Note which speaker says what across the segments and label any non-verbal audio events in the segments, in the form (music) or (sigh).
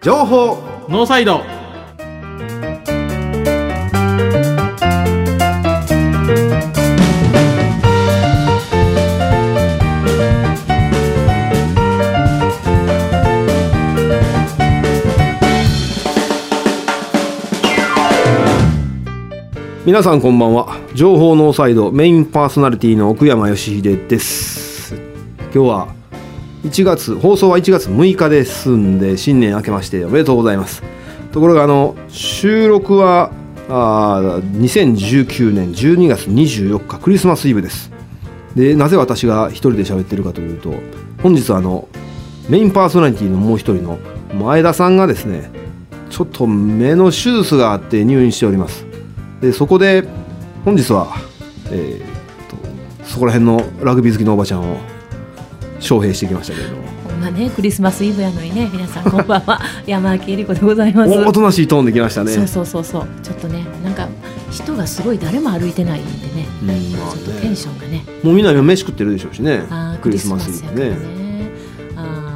Speaker 1: 情報
Speaker 2: ノーサイド
Speaker 1: 皆さんこんばんは情報ノーサイドメインパーソナリティの奥山義秀です今日は1月放送は1月6日ですんで新年明けましておめでとうございますところがあの収録はあー2019年12月24日クリスマスイブですでなぜ私が一人で喋ってるかというと本日はあのメインパーソナリティのもう一人の前田さんがですねちょっと目の手術があって入院しておりますでそこで本日は、えーとそこら辺のラグビー好きのおばちゃんを招聘してきましたけれども
Speaker 3: ほんまね、クリスマスイブやのにね、皆さんこんばん
Speaker 1: (laughs)
Speaker 3: は。山明恵理子でございます。
Speaker 1: おおとなしいトーンできましたね
Speaker 3: そうそうそうそう、ちょっとね、なんか人がすごい誰も歩いてないんでね、
Speaker 1: うんまあ
Speaker 3: ちょっとテン
Speaker 1: ね
Speaker 3: ションがね、
Speaker 1: もうみんな今飯食ってるでしょうしね
Speaker 3: あー
Speaker 1: ク
Speaker 3: ク
Speaker 1: リ
Speaker 3: リ
Speaker 1: ス
Speaker 3: ス
Speaker 1: マ
Speaker 3: マ
Speaker 1: スイ
Speaker 3: スや
Speaker 1: ブ
Speaker 3: からね
Speaker 1: ね。
Speaker 3: あ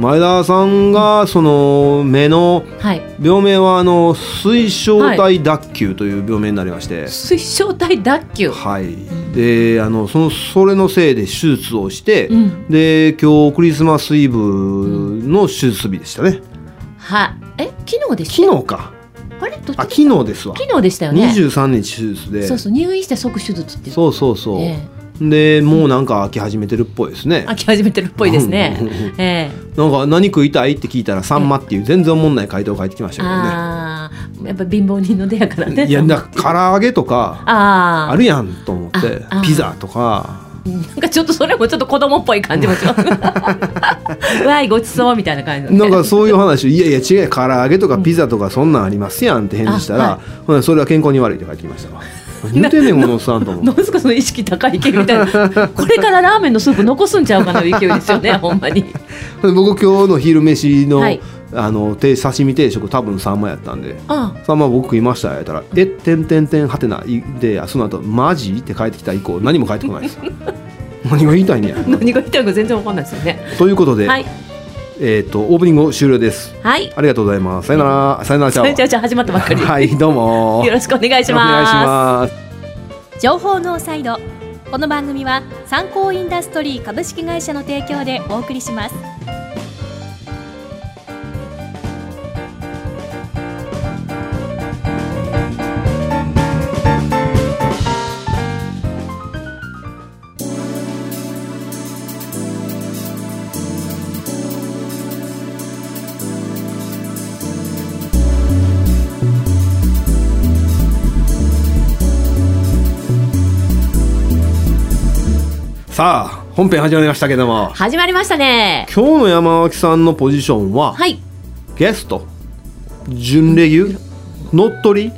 Speaker 1: 前田さんがその目の
Speaker 3: ーはい、
Speaker 1: 病名はあの水晶体脱臼という病名になりまして、
Speaker 3: 水晶体脱臼。
Speaker 1: はい、であのそのそれのせいで手術をして、
Speaker 3: うん
Speaker 1: で今日クリスマスイブの手術日でしたね
Speaker 3: は、え、昨日でした。
Speaker 1: 昨日か
Speaker 3: あれ、どっち
Speaker 1: あ昨日ですわ
Speaker 3: 昨日でしたよね。
Speaker 1: 23日手術で
Speaker 3: そうそう、入院して即手術って言って。
Speaker 1: そうそうそう
Speaker 3: え
Speaker 1: でもうなんか飽き始めてるっぽいですね
Speaker 3: え飽き始めてるっぽいです
Speaker 1: うんうんうん
Speaker 3: ね。
Speaker 1: (laughs)
Speaker 3: ええ
Speaker 1: なんか何食いたいって聞いたら「さんま」っていう全然おもんない回答を返ってきましたけどね
Speaker 3: ああ、やっぱ貧乏人の出やからね。
Speaker 1: いやだから唐揚げとか
Speaker 3: ああ
Speaker 1: あるやんと思って
Speaker 3: ああ
Speaker 1: ピザとか
Speaker 3: なんかちょっとそれもちょっと子供っぽい感じもします。
Speaker 1: (laughs)
Speaker 3: わいごちそうみたいな感じ、ね。
Speaker 1: なんかそういう話をいやいや違うよ唐揚げとかピザとかそんなんありますやんって返事した
Speaker 3: あ
Speaker 1: ら
Speaker 3: は
Speaker 1: ほなそれは健康に悪いって返ってきました
Speaker 3: (laughs)
Speaker 1: わ何言うてんねんこのおっさんと思
Speaker 3: ど
Speaker 1: っ
Speaker 3: うですかそ (laughs) の意識高い系みたいな。これからラーメンのスープ残すんちゃうかなという勢いです
Speaker 1: (laughs)
Speaker 3: よね、ほんまに。
Speaker 1: てで僕今日の昼飯の,、
Speaker 3: はい
Speaker 1: あの定刺身定食多分サンマやったんで
Speaker 3: ああ
Speaker 1: 「さんま僕食いました」やったら「えてんてんてんはてな」いでその後マジ?」って返ってきた以降何も返ってこないです (laughs) よ何が言いたいんや
Speaker 3: 何が言ってるか全然わかんないですよね。
Speaker 1: ということで、
Speaker 3: はい。
Speaker 1: えっ、とオープニング終了です
Speaker 3: はい。
Speaker 1: ありがとうございますさよならさよならちゃ
Speaker 3: それじゃあ
Speaker 1: う
Speaker 3: じゃあ始まったばっかり。
Speaker 1: はいどうも
Speaker 3: よろしくお願いし
Speaker 1: お願いし
Speaker 3: ま
Speaker 1: ます
Speaker 3: す。情報ノーサイド。この番組は参考インダストリー株式会社の提供でお送りします。
Speaker 1: さあ本編始まりましたけども
Speaker 3: 始まりましたね。
Speaker 1: 今日の山脇さんのポジションは、
Speaker 3: はい。
Speaker 1: ゲスト準レギュ乗っ取り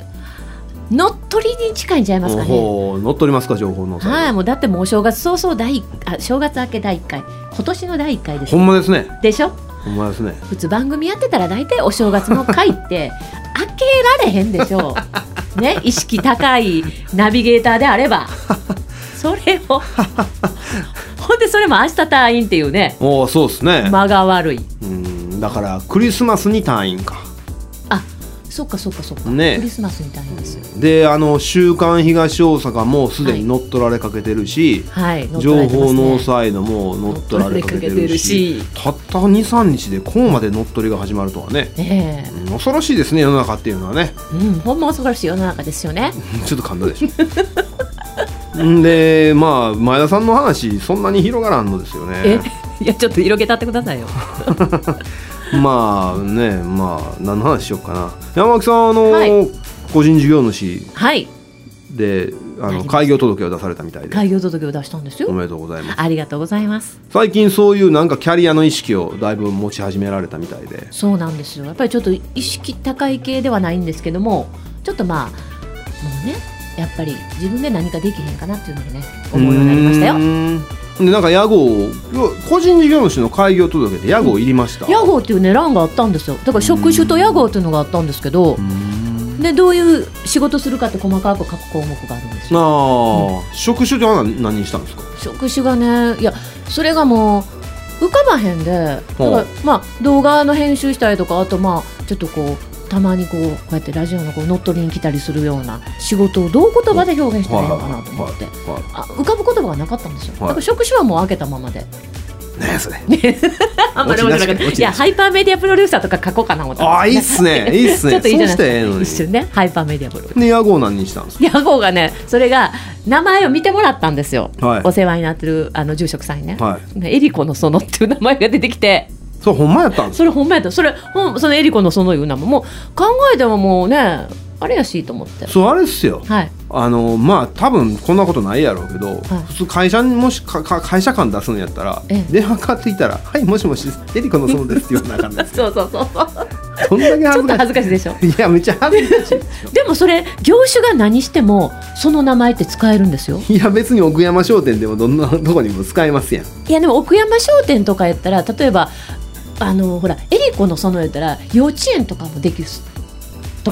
Speaker 3: 乗っ取りに近いんちゃいますかね。
Speaker 1: おー乗っ取りますか情報の際
Speaker 3: はい、もうだってもうお正月早々第一あ正月明け第1回今年の第1回です
Speaker 1: ほんまですね
Speaker 3: でしょ
Speaker 1: ほんまですね
Speaker 3: 普通番組やってたら大体お正月の回って
Speaker 1: (laughs)
Speaker 3: 開けられへんでしょうね意識高いナビゲーターであればそれをほんでそれも明日退院っていうね
Speaker 1: おおそうですね、
Speaker 3: 間が悪いう
Speaker 1: ーんだからクリスマスに退院か
Speaker 3: あそっかそっかそっか、
Speaker 1: ね
Speaker 3: クリスマスに退院ですよ
Speaker 1: であの「週刊東大阪」もすでに乗っ取られかけてるし、
Speaker 3: はい乗っ取ら
Speaker 1: 情
Speaker 3: れてま
Speaker 1: 報
Speaker 3: すね
Speaker 1: ノーサイドも乗っ取られかけてるし
Speaker 3: 乗っ取られかけてる
Speaker 1: たった23日でここまで乗っ取りが始まるとはね
Speaker 3: ね
Speaker 1: うん恐ろしいですね世の中っていうのはね (laughs)
Speaker 3: え、うん、ほんま恐ろしい世の中ですよね
Speaker 1: ちょっと噛んだでしょ (laughs) んでまあ前田さんの話そんなに広がらんのですよ
Speaker 3: え
Speaker 1: ね
Speaker 3: いやちょっと広げたってく
Speaker 1: (laughs)
Speaker 3: ださいよ
Speaker 1: まあねまあ何の話しようかな山脇さんあの、
Speaker 3: はい
Speaker 1: 個人事業主
Speaker 3: はい
Speaker 1: であ
Speaker 3: なりま
Speaker 1: の
Speaker 3: す
Speaker 1: 開業届を出されたみたいで
Speaker 3: 開業届を出したんです
Speaker 1: お
Speaker 3: よ
Speaker 1: めでとうございます
Speaker 3: ありがとうございます
Speaker 1: 最近そういうなんかキャリアの意識をだいぶ持ち始められたみたいで
Speaker 3: そうなんですよやっぱりちょっと意識高い系ではないんですけどもちょっとまあもうねやっぱり自分で何かできへんかなっていうのをね思うようになりました
Speaker 1: う
Speaker 3: よ
Speaker 1: ーんでなんか屋号を個人事業主の開業届で屋号いりました
Speaker 3: 屋号っていうね欄があったんですよだから職種と屋号っていうのがあったんですけど
Speaker 1: うーん
Speaker 3: でどういう仕事するかって細かく書く項目があるんです
Speaker 1: あ
Speaker 3: よ
Speaker 1: あ、職種では何何にしたんですか
Speaker 3: 職種がねいやそれがもう浮かばへんでだか
Speaker 1: ほう
Speaker 3: らまあ動画の編集したりとかあとまあちょっとこうたまにこうこうやってラジオのこう乗っ取りに来たりするような仕事をどう言葉で表現したらいいのかなと思って、
Speaker 1: はいはい
Speaker 3: あ浮かぶ言葉がなかったんですよ、
Speaker 1: はい
Speaker 3: だから職種はもう開けたままで
Speaker 1: 何やそれ
Speaker 3: あんまり面白かった
Speaker 1: 落ちなし落ちなし
Speaker 3: いやハイパーメディアプロデューサーとか書こうかな思って
Speaker 1: あ
Speaker 3: ま
Speaker 1: あ
Speaker 3: す
Speaker 1: いいっすね
Speaker 3: (laughs)
Speaker 1: いいっすね
Speaker 3: ちょっといいじゃな
Speaker 1: そ
Speaker 3: い
Speaker 1: うしたらええのに
Speaker 3: 一瞬ねハイパーメディアプロ
Speaker 1: で屋号何にしたんです
Speaker 3: ヤゴがねそれが名前を見てもらったんですよ、
Speaker 1: はい
Speaker 3: お世話になってるあの住職さんにね、
Speaker 1: かはい
Speaker 3: エリコの園っていう名前が出てきて
Speaker 1: それほんまやったんです
Speaker 3: それほんまやったそれほんそのエリコの園いう名前ももう考えてももうねあれやしと思って
Speaker 1: そうあれっすよ
Speaker 3: はい (laughs)
Speaker 1: あのまあ多分こんなことないやろうけど、
Speaker 3: はい
Speaker 1: 普通会社にもしかか会社間出すんやったら
Speaker 3: ええ
Speaker 1: 電話かかってきたら「はいもしもしエリコのそうです」って言わなあかん
Speaker 3: (laughs)
Speaker 1: です
Speaker 3: そうそうそうそう
Speaker 1: どんだけ恥
Speaker 3: ちょっ
Speaker 1: ず
Speaker 3: と
Speaker 1: かし
Speaker 3: 恥ずかしいでしょ
Speaker 1: いいやめっちゃ恥ずかしいですよ
Speaker 3: でもそれ業種が何してもその名前って使えるんですよ
Speaker 1: いや別に奥山商店でもどんなとこにも使えますやん
Speaker 3: いやでも奥山商店とかやったら例えばあのほらエリコの園やったら幼稚園とかもできるす と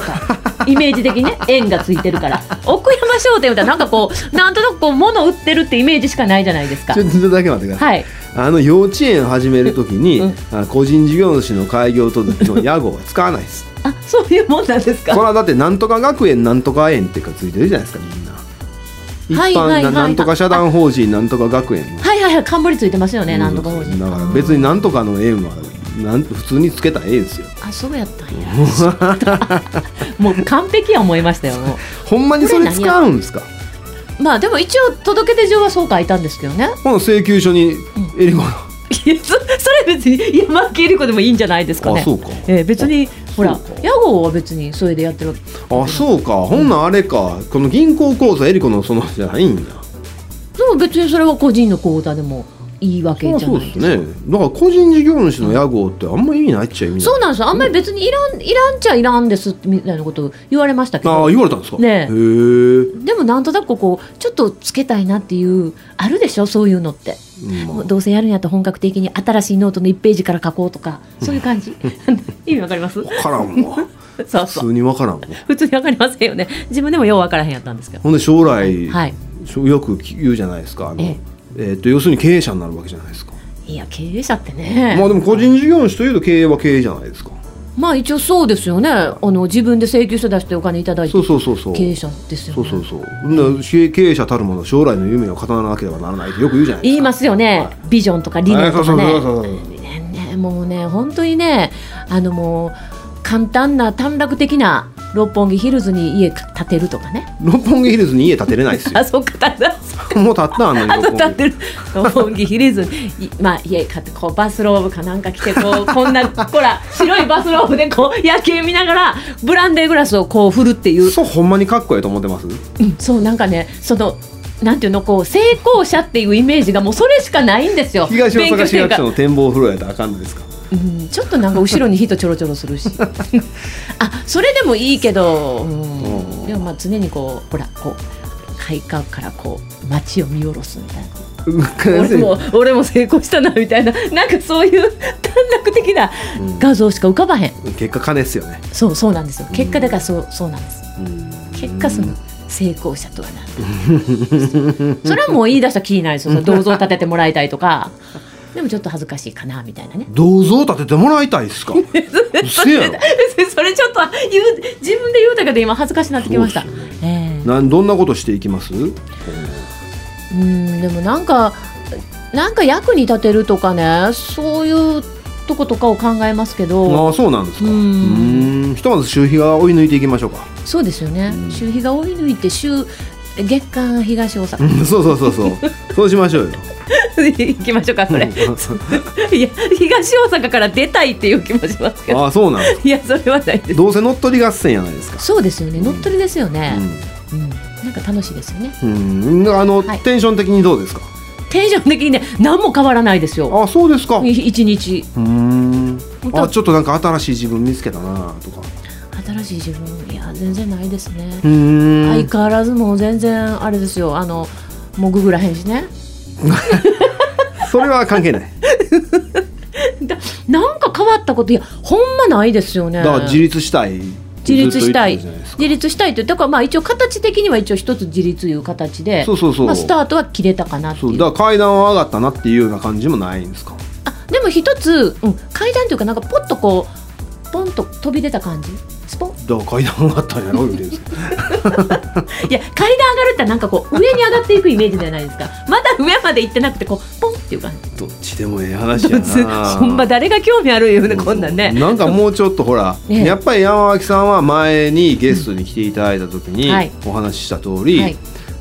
Speaker 1: (laughs)
Speaker 3: かイメージ的にね縁がついてるから奥山商店やったらなんかこうなんとなくこう物売ってるってイメージしかないじゃないですか
Speaker 1: ちょっとだけ待ってください、
Speaker 3: はい
Speaker 1: あの幼稚園始めるときに、
Speaker 3: うん
Speaker 1: あ個人事業主の開業との屋号は使わないです
Speaker 3: あそういうもんなんです
Speaker 1: これ
Speaker 3: か
Speaker 1: はだってなんとか学園なんとか園っていうかついてるじゃないですかみんな一般、
Speaker 3: はいはいはい
Speaker 1: なんとか社団法人なんとか学園
Speaker 3: はいはいはい冠ついてますよね、なんとか法人
Speaker 1: だから別になんとかの縁はなん普通につけたらええですよ
Speaker 3: あそうやったんや知ったもう完璧や思いましたよも
Speaker 1: ほんまにそれ使うんですか
Speaker 3: うまあでも一応届け出上はそう書いたんですけどね
Speaker 1: この請求書にエリコの、
Speaker 3: いやそそ (laughs) れ別に山木理子でもいいんじゃないですかね
Speaker 1: あそうか
Speaker 3: えー別にほら
Speaker 1: そうか
Speaker 3: 屋号は別にそれでやってるわけ
Speaker 1: あそうかほんなんあれかこの銀行口座エリコのそのじゃないんだ
Speaker 3: でも別にそれは個人の口座でもいいわけ
Speaker 1: あ
Speaker 3: じゃ
Speaker 1: そう
Speaker 3: ない
Speaker 1: で
Speaker 3: ですすか
Speaker 1: ねだから個人事業主の屋号ってあんま意味ないっちゃ意味ない
Speaker 3: そうなんですよあんまり別にいらんいらんちゃいらんですみたいなこと言われましたけ
Speaker 1: ああ
Speaker 3: ど
Speaker 1: 言われたんですか
Speaker 3: ね
Speaker 1: へ
Speaker 3: え
Speaker 1: え、
Speaker 3: でもなんとなくこうちょっとつけたいなっていうあるでしょそういうのって
Speaker 1: うんまあ
Speaker 3: どうせやるんやったら本格的に新しいノートの1ページから書こうとかそういう感
Speaker 1: (laughs)
Speaker 3: じ意味わかります
Speaker 1: 分からんわ
Speaker 3: (laughs) そう
Speaker 1: 普
Speaker 3: そう
Speaker 1: 通に分からんわ
Speaker 3: 普通にわかりませんよね自分でもようわからへんやったんですけど
Speaker 1: ほんで将来、
Speaker 3: はい
Speaker 1: しょよく言うじゃないですかあの、え
Speaker 3: え
Speaker 1: っと要するに経営者になるわけじゃないですか
Speaker 3: いや経営者ってね
Speaker 1: まあでも個人事業主といえど経営は経営じゃないですか
Speaker 3: まあ一応そうですよねあの自分で請求書出してお金いただいて
Speaker 1: そうそうそうそう
Speaker 3: 経営者ですよね
Speaker 1: そうそうそうだから経営者たるもの将来の夢を語らなければならないってよく言うじゃないですか
Speaker 3: 言いますよね、
Speaker 1: はい
Speaker 3: ビジョンとか理念とか
Speaker 1: はいそうそうそうそう
Speaker 3: ねねねもうね本当にねあのもう簡単な短絡的な六本木ヒルズに家建てるとか
Speaker 1: (laughs)
Speaker 3: ね
Speaker 1: 六本木ヒルズに家建てれないですよ
Speaker 3: あそうか建てる
Speaker 1: (laughs) もう建ったあのに
Speaker 3: あと
Speaker 1: 六
Speaker 3: 立
Speaker 1: 本
Speaker 3: っ
Speaker 1: 木
Speaker 3: てる六本木ヒルズにいまあ家買ってこうバスローブかなんか着てこうこんなほら白いバスローブでこう夜景見ながらブランデーグラスをこう振るっていう
Speaker 1: そうほんまにかっこええと思ってます
Speaker 3: うんそうなんかねそのなんていうのこう成功者っていうイメージがもうそれしかないんですよ
Speaker 1: 東大
Speaker 3: 勉
Speaker 1: 阪
Speaker 3: 強し
Speaker 1: 市
Speaker 3: てる
Speaker 1: 役
Speaker 3: か
Speaker 1: 所
Speaker 3: ら
Speaker 1: の展望フロアやったらあかんのですか
Speaker 3: うんちょっとなんか後ろに人ちょろちょろす
Speaker 1: (laughs)
Speaker 3: るしあそれでもいいけど、うん
Speaker 1: うん
Speaker 3: でもまあ常にこうほらこう開花からこう街を見下ろすみたい
Speaker 1: (laughs)
Speaker 3: な俺も俺も成功したなみたいななんかそういう短絡的な
Speaker 1: うん
Speaker 3: 画像しか浮かばへん、
Speaker 1: 結果金ですよね
Speaker 3: そうそうなんですよ結果だからそうそうなんです結果その
Speaker 1: う
Speaker 3: 成功者とはなんだそれはもう言い出したらキーないですよ
Speaker 1: (laughs)
Speaker 3: その銅像立ててもらいたいとかでもちょっと恥ずかしいかなみたいなね (laughs)
Speaker 1: ん銅像建ててもらいたいっす (laughs) か嘘やろ
Speaker 3: それちょっと言う自分で言うたけど今恥ずかしなってきました、
Speaker 1: そうです
Speaker 3: ええ
Speaker 1: なんどんなことしていきます
Speaker 3: うんでもなんかなんか役に立てるとかねそういうとことかを考えますけど
Speaker 1: ああそうなんですか
Speaker 3: うん
Speaker 1: うんひとまず周費は追い抜いていきま (laughs) しょうか
Speaker 3: そうですよね
Speaker 1: うん
Speaker 3: 週日が追い抜いて週月間東大
Speaker 1: う
Speaker 3: 阪
Speaker 1: んそうそうそうそうそうしましょうよ
Speaker 3: (laughs) 行きましょうかそれいや東大阪から出たいっていう気もしますけど
Speaker 1: ああそうなんです
Speaker 3: いやそれはないです
Speaker 1: どうせ乗っ取り合戦やないですか
Speaker 3: そうですよね乗っ取りですよね、
Speaker 1: う
Speaker 3: うんなんか楽しいですよね
Speaker 1: んうんあの
Speaker 3: はい
Speaker 1: テンション的にどうですか
Speaker 3: テンション的にね何も変わらないですよ
Speaker 1: あそうですかう
Speaker 3: 一日
Speaker 1: ーん
Speaker 3: 本当
Speaker 1: あちょっとなんか新しい自分見つけたなとか
Speaker 3: 新しい自分いや全然ないですね、
Speaker 1: うー
Speaker 3: 相
Speaker 1: ん
Speaker 3: 変わらずもう全然あれですよあのもうググらへんしね
Speaker 1: それは関係ない
Speaker 3: なんか変わったこといやほんまないですよね
Speaker 1: だから自立したい
Speaker 3: 自立したい
Speaker 1: ずっと言ってたじゃなですか
Speaker 3: 自立したいってだからまあ一応形的には一応一つ自立いう形で
Speaker 1: そうそうそう
Speaker 3: まあ、スタートは切れたかなって
Speaker 1: そ
Speaker 3: いうう
Speaker 1: だから階段は上がったなっていうような感じもないんですか
Speaker 3: あも一つ、うん、階段というかなんかポッとこうポンと飛び出た感じ
Speaker 1: (laughs)
Speaker 3: スポン
Speaker 1: だから階段があったんやろ言うてるんですけど
Speaker 3: いや階段上がるってなんかこう上に上がっていくイメージじゃないですかまだ上まで行ってなくてこうポンっていう感じ
Speaker 1: (laughs) どっちでもええ話や
Speaker 3: どう
Speaker 1: な (laughs)
Speaker 3: す (laughs) ほんま誰が興味あるよね
Speaker 1: う
Speaker 3: (laughs) こんなんね
Speaker 1: なんかもうちょっとほら、
Speaker 3: ええ
Speaker 1: やっぱり山脇さんは前にゲストに来ていただいた時に
Speaker 3: うんはい
Speaker 1: お話しした通り、
Speaker 3: はい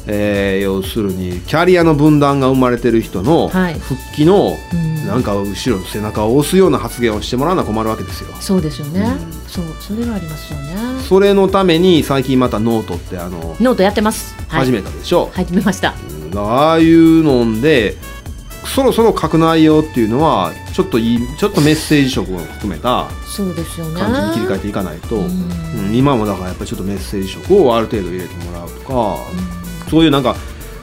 Speaker 1: えー要するにキャリアの分断が生まれてる人の
Speaker 3: はい
Speaker 1: 復帰の
Speaker 3: うん
Speaker 1: なんか後ろの背中を押すような発言をしてもらうのは困るわけですよ。
Speaker 3: そうですよね、
Speaker 1: うん
Speaker 3: そうそれはありますよね
Speaker 1: それのために最近またノートってあの、
Speaker 3: ノートやってます、はい、
Speaker 1: 始めたでしょ、
Speaker 3: 始めました
Speaker 1: うんああいうのんでそろそろ書く内容っていうのはちょっといいちょっとメッセージ色を含めた
Speaker 3: そうですよね
Speaker 1: 感じに切り替えていかないと、
Speaker 3: う
Speaker 1: う
Speaker 3: ん
Speaker 1: ん今もだからやっぱりちょっとメッセージ色をある程度入れてもらうとか、そういうなんか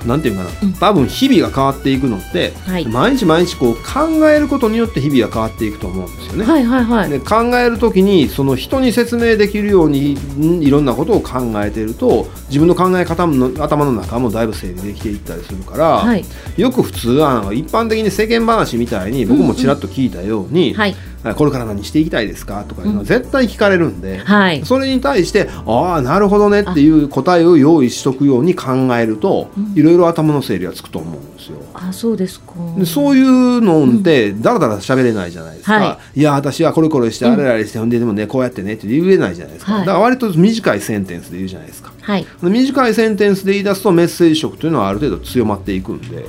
Speaker 1: なんていうかな、
Speaker 3: うん
Speaker 1: 多分日々が変わっていくのって、
Speaker 3: はい
Speaker 1: 毎日毎日こう考えることによって日々が変わっていくと思うんですよね。
Speaker 3: はいはいはい、
Speaker 1: で考える時にその人に説明できるようにんいろんなことを考えていると自分の考え方の頭の中もだいぶ整理できていったりするから、
Speaker 3: はい
Speaker 1: よく普通あの一般的に世間話みたいに僕もちらっと聞いたように、
Speaker 3: はい
Speaker 1: これから何していきたいですかとかいうのは絶対聞かれるんで、
Speaker 3: はい
Speaker 1: それに対してああなるほどねっていう答えを用意しとくように考えると
Speaker 3: うん
Speaker 1: いろいろ頭の整理がつくと思うんですよ。
Speaker 3: あそうですか
Speaker 1: でそういうのってだらだら喋れないじゃないですか、、
Speaker 3: はい
Speaker 1: や私はこれこれして
Speaker 3: うん
Speaker 1: あれあれしてほんででもねこうやってねって言えないじゃないですか、
Speaker 3: は
Speaker 1: だ
Speaker 3: い
Speaker 1: から割と短いセンテンスで言うじゃないですか
Speaker 3: はい
Speaker 1: 短いセンテンスで言い出すとメッセージ色というのはある程度強まっていくんで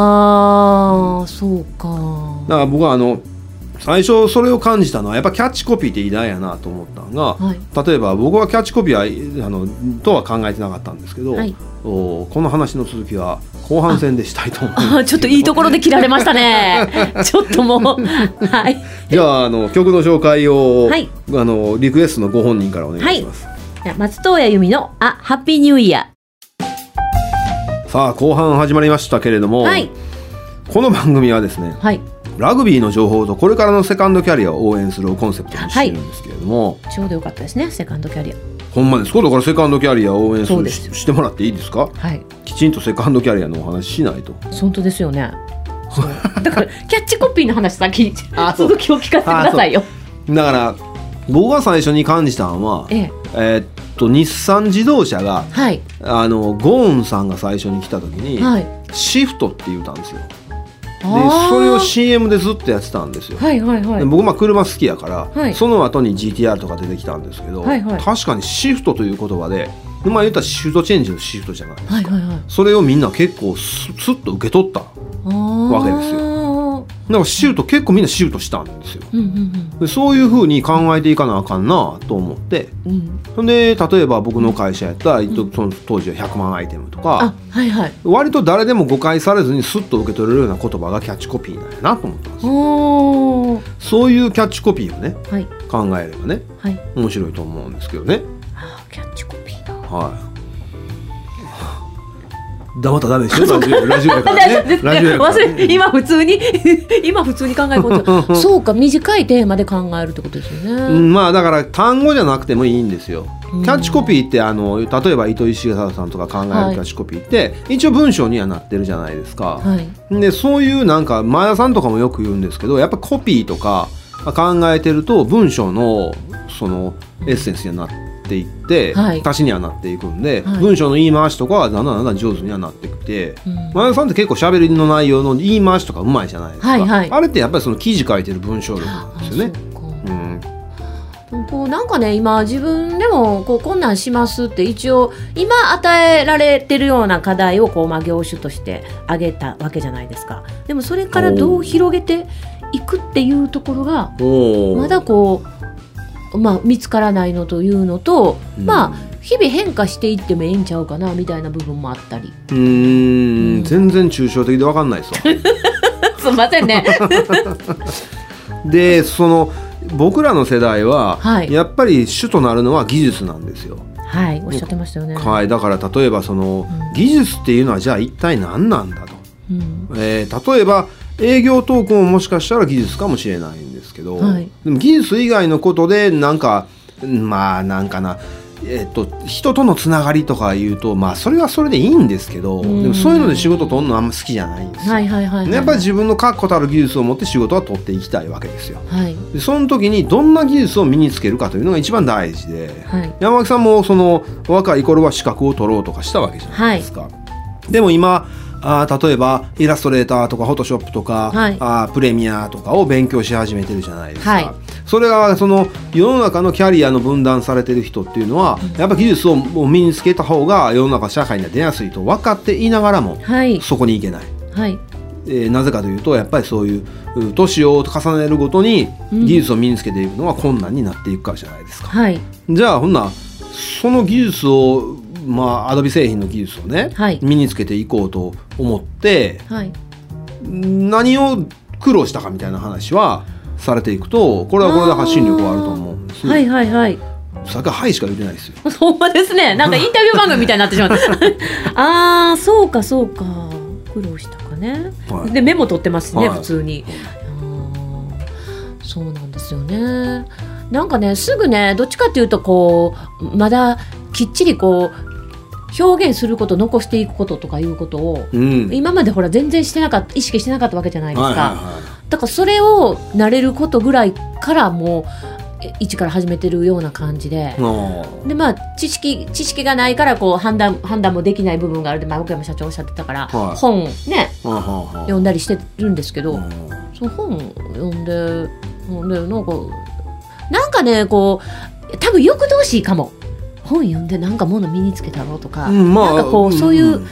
Speaker 3: ああそう
Speaker 1: だ
Speaker 3: か
Speaker 1: から僕はあの最初それを感じたのはやっぱキャッチコピーって偉大やなと思ったのが、
Speaker 3: はい
Speaker 1: 例えば僕はキャッチコピーはあのとは考えてなかったんですけど、
Speaker 3: はい
Speaker 1: おこの話の続きは後半戦でしたいと思います
Speaker 3: あー (laughs) ちょっといいところで切られまし
Speaker 1: (laughs)
Speaker 3: たねちょっともうはい
Speaker 1: じゃああの曲の紹介を、
Speaker 3: はい
Speaker 1: あのリクエストのご本人からお願いします、
Speaker 3: じゃあ松任谷由実の「あハッピーニューイヤ
Speaker 1: さあ後半始まりましたけれども、
Speaker 3: ー」はい
Speaker 1: この番組はですね
Speaker 3: はい
Speaker 1: ラグビーの情報とこれからのセカンドキャリアを応援するをコンセプトにしているんですけれども、
Speaker 3: ちょうどよかったですねセカンドキャリ
Speaker 1: ほんまです今度からセカンドキャリアを応援す
Speaker 3: そう
Speaker 1: る
Speaker 3: で
Speaker 1: し
Speaker 3: すよ
Speaker 1: してもらっていいですか
Speaker 3: アはい
Speaker 1: きちんとセカンドキャリアのお話しないと
Speaker 3: 本当ですよね
Speaker 1: (laughs)
Speaker 3: そうだからキャッチコピーの話先
Speaker 1: あそう
Speaker 3: 続きを聞かせてくださいよ
Speaker 1: だから僕が最初に感じたのは
Speaker 3: ええ
Speaker 1: えーっと日産自動車が
Speaker 3: はい
Speaker 1: あのゴーンさんが最初に来た時に、
Speaker 3: はいで
Speaker 1: シフトって言ったんですよでそれを CM でずっとやってたんですよ、
Speaker 3: はいはいはい
Speaker 1: で僕まあ車好きやから、
Speaker 3: はい
Speaker 1: その後に GTR とか出てきたんですけど、
Speaker 3: はいはい
Speaker 1: 確かにシフトという言葉でまあ言ったらシフトチェンジのシフトじゃない
Speaker 3: はいはいはい
Speaker 1: それをみんな結構ススッと受け取っただかわ
Speaker 3: わ
Speaker 1: けですよ
Speaker 3: よ
Speaker 1: らシフト結構みんなシフトしたんですよ
Speaker 3: うんうん
Speaker 1: でそういうふうに考えていかなあかんなと思って
Speaker 3: うんうん
Speaker 1: ほんで例えば僕の会社やったら、
Speaker 3: ん
Speaker 1: えっとその当時は100万アイテムと
Speaker 3: あ
Speaker 1: か
Speaker 3: はいはい
Speaker 1: 割と誰でも誤解されずにスッと受け取れるような言葉がキャッチコピーなんやなと思ったんですよ
Speaker 3: おー
Speaker 1: そういうキャッチコピーをね
Speaker 3: はい
Speaker 1: 考えればね
Speaker 3: はい
Speaker 1: 面白いと思うんですけどね
Speaker 3: あーキャッチコピーだ
Speaker 1: はい。黙ったらダメ
Speaker 3: (laughs)
Speaker 1: ですよ。ラジオラジオやからね。ラジオやから
Speaker 3: 忘れ今普通に (laughs) 今普通に考え込んでそうか短いテーマで考えるってことですよ
Speaker 1: う
Speaker 3: ね、
Speaker 1: んまあだから単語じゃなくてもいいんですよ。キ
Speaker 3: うん
Speaker 1: ャッチコピーってあの例えば糸井重里さんとか考えるキ
Speaker 3: はい
Speaker 1: ャッチコピーって、一応文章にはなってるじゃないですか。
Speaker 3: はい
Speaker 1: でそういうなんか前田さんとかもよく言うんですけどやっぱコピーとか考えてると文章のそのエッセンスにはなっていって、
Speaker 3: はい
Speaker 1: 足しにはなっていくんで、
Speaker 3: はい
Speaker 1: 文章の言い回しとかはだんだんだんだん上手にはなってきて、
Speaker 3: うん
Speaker 1: 前田さんって結構喋りの内容の言い回しとかうまいじゃないですか、
Speaker 3: はいはい
Speaker 1: あれってやっぱりその記事書いてる文章力なん
Speaker 3: あ
Speaker 1: です
Speaker 3: そ
Speaker 1: よ
Speaker 3: う
Speaker 1: ね
Speaker 3: か。
Speaker 1: うん、
Speaker 3: こうなんかね今自分でもこうこんなんしますって一応今与えられてるような課題をこう、まあ、業種として挙げたわけじゃないですかでもそれからどう広げていくっていうところが
Speaker 1: おー
Speaker 3: まだこう、まあ、見つからないのというのと、
Speaker 1: うん
Speaker 3: まあ日々変化していってもええんちゃうかなみたいな部分もあったり
Speaker 1: うーん全然抽象的で分かんないですわ。
Speaker 3: (laughs) すいませんね
Speaker 1: でその僕らの世代は、
Speaker 3: はい
Speaker 1: やっぱり主となるのは技術なんですよ。
Speaker 3: (laughs) はいおっしゃってましたよね、
Speaker 1: はい、だから例えばその、
Speaker 3: うん
Speaker 1: 技術っていうのはじゃあ一体何なんだと、
Speaker 3: うん、
Speaker 1: えー例えば営業トークももしかしたら技術かもしれないんですけど、
Speaker 3: はい
Speaker 1: でも技術以外のことでなんかうんまあなんかなえっと人とのつながりとか言うとまあそれはそれでいいんですけどで
Speaker 3: うん
Speaker 1: もそういうので仕事取るのあんま好きじゃないんですよ、
Speaker 3: はいはいはいはい。
Speaker 1: やっぱり自分の確固たる技術を持って仕事は取っていきたいわけですよ
Speaker 3: はい
Speaker 1: でその時にどんな技術を身につけるかというのが一番大事で、
Speaker 3: はい
Speaker 1: 山脇さんもその若い頃は資格を取ろうとかしたわけじゃないですか、でも今あー例えばイラストレーターとかフォトショップとか、
Speaker 3: はい
Speaker 1: あープレミアとかを勉強し始めてるじゃないですか、
Speaker 3: はい
Speaker 1: それがその世の中のキャリアの分断されてる人っていうのは、やっぱ技術をもう身につけた方が世の中社会には出やすいと分かっていながらも、
Speaker 3: はい
Speaker 1: そこに行けない。
Speaker 3: はい。
Speaker 1: えーなぜかというとやっぱりそういうう年を重ねるごとに
Speaker 3: うん
Speaker 1: 技術を身につけていくのは困難になっていくからじゃないですか、
Speaker 3: はい
Speaker 1: じゃあほんならその技術をまあアドビ製品の技術をね、
Speaker 3: はい
Speaker 1: 身につけていこうと思って
Speaker 3: はい。
Speaker 1: 何を苦労したかみたいな話はされていくとこれはこれで発信力があると思うんですよ
Speaker 3: はいはいはい。 (laughs)
Speaker 1: さっきは「はい」しか言ってないですよ
Speaker 3: ほんまですね。なんかインタビュー番組みたいになってしまった。 (laughs) ああ、そうかそうか。苦労したかね。
Speaker 1: はい
Speaker 3: でメモ取ってますね、
Speaker 1: はい
Speaker 3: 普通に。あーそうなんですよね。なんかねすぐねどっちかっていうとこうまだきっちりこう表現すること残していくこととかいうことを。
Speaker 1: うん
Speaker 3: 今までほら全然してなかった意識してなかったわけじゃないですか、
Speaker 1: はいは
Speaker 3: だからそれを慣れることぐらいからもうえ一から始めてるような感じで
Speaker 1: い、はいあ
Speaker 3: でまあ知識知識がないからこう判断判断もできない部分があるで、まあ、奥山社長おっしゃってたから、
Speaker 1: はい
Speaker 3: 本ね
Speaker 1: ーはあはあはあ
Speaker 3: 読んだりしてるんですけど、
Speaker 1: うん
Speaker 3: その本読んで読んでなんかなんかねこう多分欲々しいかも本読んでなんかもの身につけたろうとか、
Speaker 1: うんまあ
Speaker 3: なんかこうそういうんうん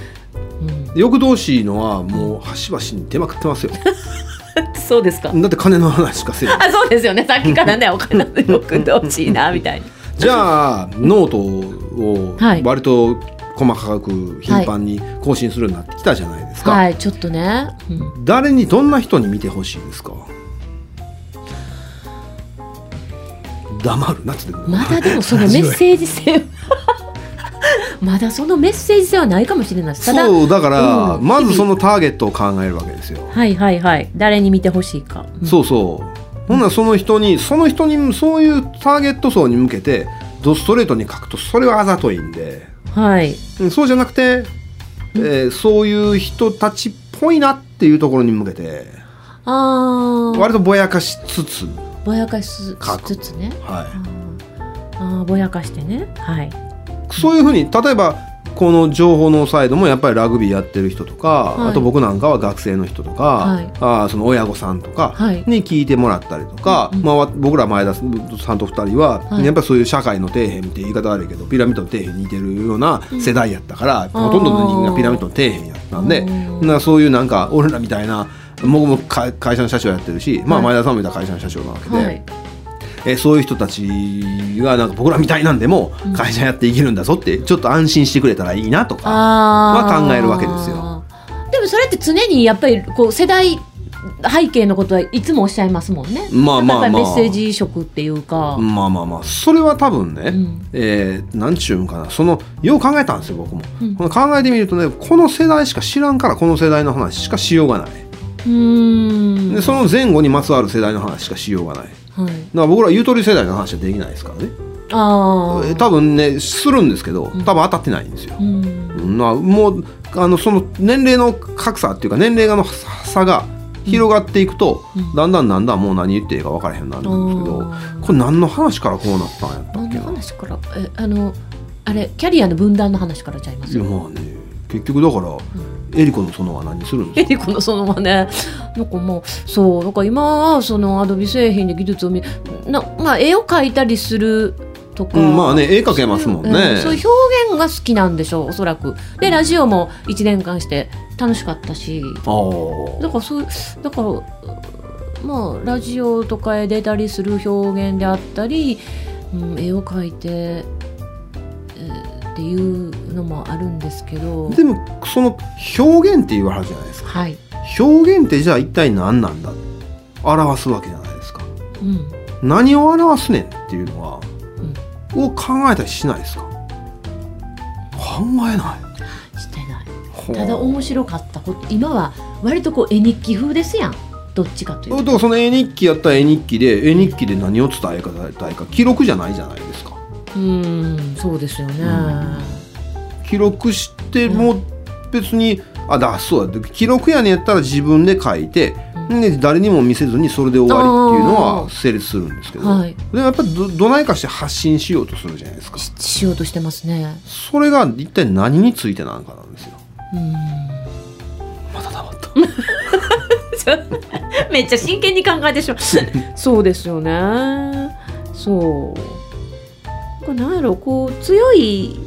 Speaker 1: 欲々しいのはもう端々に出まくってますよ (laughs) だ
Speaker 3: そうですか
Speaker 1: って金の話しかせ
Speaker 3: (laughs)
Speaker 1: えへん
Speaker 3: あそうですよねさっきからねお金の欲々しいなみたいな
Speaker 1: じゃあノートを
Speaker 3: はい
Speaker 1: 割と細かく頻繁に更新するようになってきたじゃないですか、
Speaker 3: はいちょっとね、うん
Speaker 1: 誰にどんな人に見てほしいですか黙るなって言ってんの
Speaker 3: まだでもそのメッセージ性はまだそのメッセージ性はないかもしれないですただ
Speaker 1: そうだから、
Speaker 3: うん
Speaker 1: まずそのターゲットを考えるわけですよ、
Speaker 3: はいはいはい誰に見てほしいか、うん
Speaker 1: そうそうほんならその人にその人にそういうターゲット層に向けてドストレートに書くとそれはあざといんで
Speaker 3: はい
Speaker 1: うんそうじゃなくて、えーそういう人たちっぽいなっていうところに向けて
Speaker 3: ああ
Speaker 1: 割とぼやかしつつ、
Speaker 3: ぼやかしつ
Speaker 1: かく
Speaker 3: つつね
Speaker 1: は
Speaker 3: ああぼやかしてねはい
Speaker 1: い、そういうふうに例えばこの情報のサイドもやっぱりラグビーやってる人とか、
Speaker 3: はい
Speaker 1: あと僕なんかは学生の人とか、
Speaker 3: はい
Speaker 1: あーその親御さんとか
Speaker 3: はい
Speaker 1: に聞いてもらったりとか、
Speaker 3: うんうん
Speaker 1: まあわ、僕ら前田さんと二人は、
Speaker 3: はい
Speaker 1: やっぱりそういう社会の底辺って言い方悪いけどピラミッドの底辺に似てるような世代やったから、ほとんどの人間がピラミッドの底辺やったんで、
Speaker 3: うん
Speaker 1: なそういうなんか俺らみたいな僕も会会社の社長やってるし、まあ、
Speaker 3: はい
Speaker 1: 前田さんもいた会社の社長なわけで、
Speaker 3: はい
Speaker 1: えそういう人たちがなんか僕らみたいなんでも
Speaker 3: うん
Speaker 1: 会社やっていけるんだぞってちょっと安心してくれたらいいなとか、
Speaker 3: あー
Speaker 1: は考えるわけですよ
Speaker 3: でもそれって常にやっぱりこう世代背景のことはいつもおっしゃいますもんね
Speaker 1: まあまあまあ
Speaker 3: なんかやっぱりメッセージ色っていうか、
Speaker 1: まあまあまあそれは多分ね、
Speaker 3: うん
Speaker 1: えーなんちゅうんかなそのよう考えたんですよ僕も、
Speaker 3: うん
Speaker 1: この考えてみるとねこの世代しか知らんからこの世代の話しかしようがない、
Speaker 3: うーん
Speaker 1: でその前後にまつわる世代の話しかしようがないだか
Speaker 3: はい、
Speaker 1: ら僕らゆとり世代の話はできないですからねえ
Speaker 3: ああ
Speaker 1: ー多分ねするんですけど多
Speaker 3: ん
Speaker 1: 分当たってないんですよ、
Speaker 3: うん
Speaker 1: なもうあのその年齢の格差っていうか年齢の差が広がっていくと、
Speaker 3: うん
Speaker 1: だんだんだんだんもう何言っていいか分からへんようになるんですけど、
Speaker 3: あー
Speaker 1: これ何の話からこうなったんやったっ
Speaker 3: 何
Speaker 1: け
Speaker 3: の
Speaker 1: な
Speaker 3: 話からえあのあれキャリアの分断の話からちゃいま
Speaker 1: い
Speaker 3: す
Speaker 1: やまあね結局だから、エリコの園は何するんで
Speaker 3: エ
Speaker 1: す
Speaker 3: (laughs)
Speaker 1: か
Speaker 3: リコのそのまねなんかもうそうなんか今はそのアドビ製品で技術を見な、まあ、絵を描いたりするとか、
Speaker 1: うんまあね絵描けますもんね
Speaker 3: そういううんそういう表現が好きなんでしょうおそらくでラジオも1年間して楽しかったし
Speaker 1: あー
Speaker 3: だからそうだからうまあラジオとかへ出たりする表現であったり、うん、絵を描いて、えーっていうのもあるんですけど
Speaker 1: でもその表現って言わはるじゃないですか
Speaker 3: はい、
Speaker 1: 表現ってじゃあ一体何なんだ表すわけじゃないですか
Speaker 3: うん、
Speaker 1: 何を表すねんっていうのは、を考えたりしないですか考えない
Speaker 3: してない。
Speaker 1: ほう
Speaker 3: ただ面白かったこと今は割とこう絵日記風ですやんどっちかという
Speaker 1: だ
Speaker 3: と
Speaker 1: からその絵日記やったら絵日記で絵日記で何を伝えたいか記録じゃないじゃないですか
Speaker 3: うんそうですよね、
Speaker 1: うん記録しても別に、あだそうだ記録やねんやったら自分で書いて、
Speaker 3: うん
Speaker 1: で誰にも見せずにそれで終わりっていうの
Speaker 3: あ
Speaker 1: は
Speaker 3: ー
Speaker 1: 成立するんですけど、
Speaker 3: はい
Speaker 1: でもやっぱりどどないかして発信しようとするじゃないですか
Speaker 3: ししようとしてますね
Speaker 1: それが一体何についてなのかなんですよ
Speaker 3: うん
Speaker 1: また黙った
Speaker 3: ちょ (laughs) めっちゃ真剣に考えてしまう
Speaker 1: (laughs)
Speaker 3: そうですよねそうこれなんやろこう強い、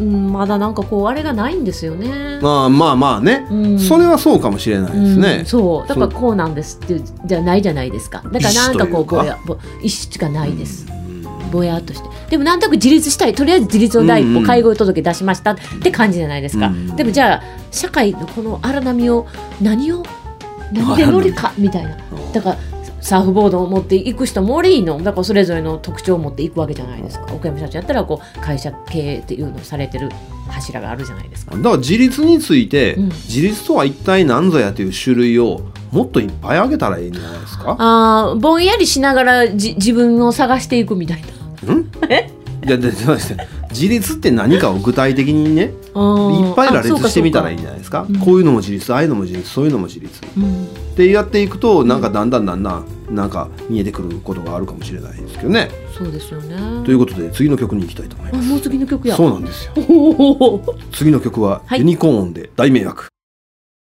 Speaker 3: うん、まだなんかこうあれがないんですよね、
Speaker 1: まあまあまあね、
Speaker 3: うん
Speaker 1: それはそうかもしれないです
Speaker 3: うん
Speaker 1: ね、
Speaker 3: そうだからこうなんですってじゃないじゃないですかだからなんかこう
Speaker 1: 意思というか
Speaker 3: ぼやぼ意思がないです、
Speaker 1: うん
Speaker 3: ぼやっとしてでもなんとなく自立したいとりあえず自立の第一
Speaker 1: うんう
Speaker 3: 歩
Speaker 1: ん
Speaker 3: 介護届出しましたって感じじゃないですか、
Speaker 1: うん
Speaker 3: でもじゃあ社会のこの荒波を何を何で乗るかみたいなだからサーフボードを持っていく人もおりのだからそれぞれの特徴を持っていくわけじゃないですか奥山社長やったらこう会社経営っていうのをされてる柱があるじゃないですか。
Speaker 1: だから自立について、
Speaker 3: うん
Speaker 1: 自立とは一体何ぞやという種類をもっといっぱいあげたらいいんじゃないですか
Speaker 3: あーぼんやりしながらじ自分を探していくみたいな。
Speaker 1: いやででで自立って何かを具体的にね
Speaker 3: あー
Speaker 1: いっぱい羅列してみたらいいん
Speaker 3: あ
Speaker 1: じゃないですか
Speaker 3: そうかそうか
Speaker 1: こういうのも自立ああいうのも自立そういうのも自立
Speaker 3: そうかうん
Speaker 1: ってやっていくとなんかだんだんだんだんなんか見えてくることがあるかもしれないですけどね。
Speaker 3: そうですよね。
Speaker 1: ということで次の曲に行きたいと思い
Speaker 3: あ
Speaker 1: ま
Speaker 3: もう次の曲
Speaker 1: す。
Speaker 3: や。
Speaker 1: そうなんですよ。
Speaker 3: おー
Speaker 1: 次の曲は
Speaker 3: はい
Speaker 1: ユニコーンで大迷惑。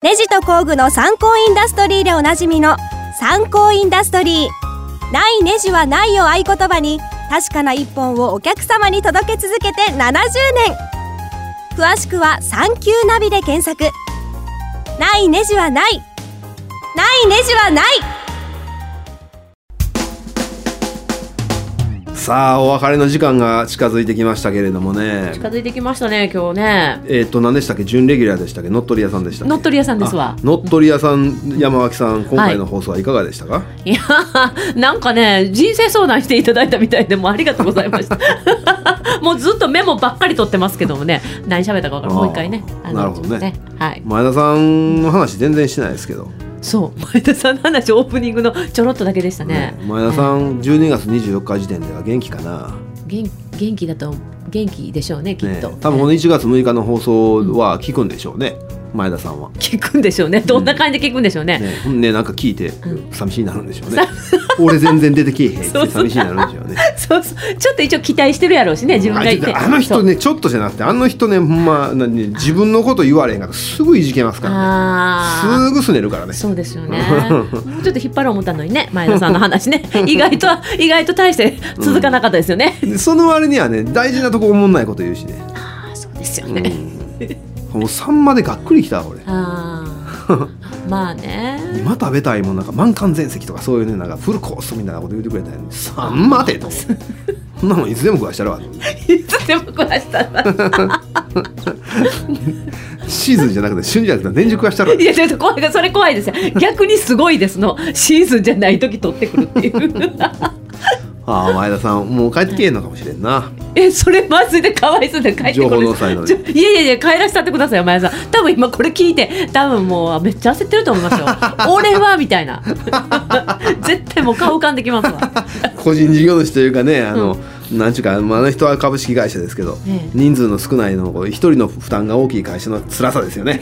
Speaker 2: ネジと工具の参考インダストリーでおなじみの参考インダストリーないネジはないを合言葉に確かな一本をお客様に届け続けて70年詳しくは「サンキューナビ」で検索ないネジはないないネジはない
Speaker 1: さあお別れの時間が近づいてきましたけれどもね。
Speaker 3: 近づいてきましたね今日ね。
Speaker 1: えっと何でしたっけ準レギュラーでしたっけ乗っ取り屋さんでしたっけ
Speaker 3: 乗っ取り屋さんですわ
Speaker 1: あ。乗っ取り屋さん山脇さん今回の放送はいかがでしたか、
Speaker 3: いやーなんかね人生相談していただいたみたいでもう (laughs) ありがとうございましたもうずっとメモばっかり取ってますけどもね何喋ったか分からんもう一回ね
Speaker 1: あー
Speaker 3: あの
Speaker 1: なるほどね
Speaker 3: ちょっとはい
Speaker 1: 前田さんの話全然してないですけど、
Speaker 3: そう前田さんの話オープニングのちょろっとだけでしたね
Speaker 1: ね前田さん12月24日時点では元気かな、
Speaker 3: 元元気だと元気でしょうねきっ
Speaker 1: ね
Speaker 3: と、、
Speaker 1: 多分この1月6日の放送は聞くんでしょうね、前田さんは。
Speaker 3: 聞くんでしょうねどんな感じで聞くんでしょうね
Speaker 1: ね、ほんでなんか聞いて
Speaker 3: う
Speaker 1: 寂しいになるんでしょうね。俺全然出てきえへんって
Speaker 3: そうそう
Speaker 1: 寂しいになるんでしょうね。
Speaker 3: そうそうちょっと一応期待してるやろうしね自分がいて
Speaker 1: ああの人
Speaker 3: ね
Speaker 1: ねちょっとじゃなくてあの人ねほんまなに自分のこと言われへんからすぐいじけますからね。
Speaker 3: あ
Speaker 1: すぐすねるからね
Speaker 3: あ。そうですよねもうちょっと引っ張ろう思ったのにね前田さんの話ね意外と意外と大して続かなかったですよね、
Speaker 1: でその割にはね大事なとこ思んないこと言うしね。
Speaker 3: ああそうですよ
Speaker 1: う
Speaker 3: ね、
Speaker 1: ん、もう三までがっくりきたわ俺。
Speaker 3: ああまあね
Speaker 1: 今食べたいもんなんか満館全席とかそういうねなんかフルコースみたいなこと言ってくれたんやね3までと思ってそんなもんいつでも食わしたるわ
Speaker 3: いつでも食わしたら
Speaker 1: シーズンじゃなくて旬じゃなくて年中食わしたるわ
Speaker 3: いやちょっと怖いそれ怖いですよ逆にすごいですのシーズンじゃない時取ってくるっていう (laughs)
Speaker 1: ああ前田さんもう帰ってけえんのかもしれんな
Speaker 3: えそれまずいでかわいそうで帰って
Speaker 1: 情
Speaker 3: こ
Speaker 1: 報
Speaker 3: れ
Speaker 1: のサイド
Speaker 3: ちょ
Speaker 1: で
Speaker 3: いやいやいや帰らせたってくださいよ前田さん多分今これ聞いて多分もうあめっちゃ焦ってると思いますよ俺はみたいな (laughs) 絶対もう顔浮かんできますわ
Speaker 1: 個人事業主というかねあの、なんちゅうか、まあ、あの人は株式会社ですけど、
Speaker 3: ええ
Speaker 1: 人数の少ないのこう一人の負担が大きい会社の辛さですよ
Speaker 3: (laughs)
Speaker 1: ね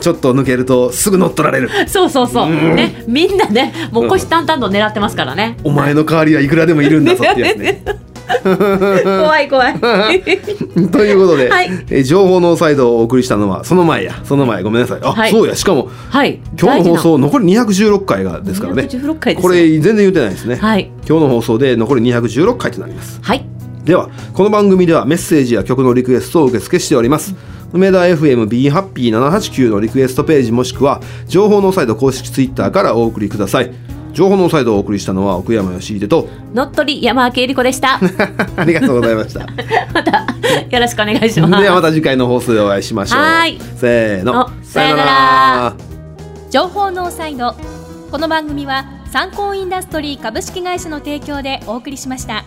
Speaker 1: ちょっと抜けるとすぐ乗っ取られる
Speaker 3: そうそうそう、ねみんなねもう腰淡々と狙ってますからね
Speaker 1: お前の代わりはいくらでもいるんだぞってやつ
Speaker 3: (laughs)
Speaker 1: ね
Speaker 3: 怖
Speaker 1: (laughs)
Speaker 3: い怖い
Speaker 1: ということで、
Speaker 3: はい
Speaker 1: えー情報ノーサイドをお送りしたのはその前やその前ごめんなさいあ、
Speaker 3: はい
Speaker 1: そうやしかも
Speaker 3: はい
Speaker 1: 今日の放送残り216回がですからね
Speaker 3: 216回ですよ
Speaker 1: これ全然言ってないですね、
Speaker 3: はい
Speaker 1: 今日の放送で残り216回となります
Speaker 3: はい
Speaker 1: ではこの番組ではメッセージや曲のリクエストを受け付けしております梅田 FMBHappy789 のリクエストページもしくは情報ノーサイド公式ツイッターからお送りください情報ノーサイドをお送りしたのは奥山義秀と (laughs)
Speaker 3: 乗っ取り山明恵理子でした
Speaker 1: ありがとうございま
Speaker 3: (laughs)
Speaker 1: した
Speaker 3: よろしくお願いし
Speaker 1: では
Speaker 3: ます
Speaker 1: また次回の放送でお会いしましょう
Speaker 3: はい
Speaker 1: せーの
Speaker 3: おさよなら
Speaker 2: 情報ノーサイドこの番組は参考インダストリー株式会社の提供でお送りしました。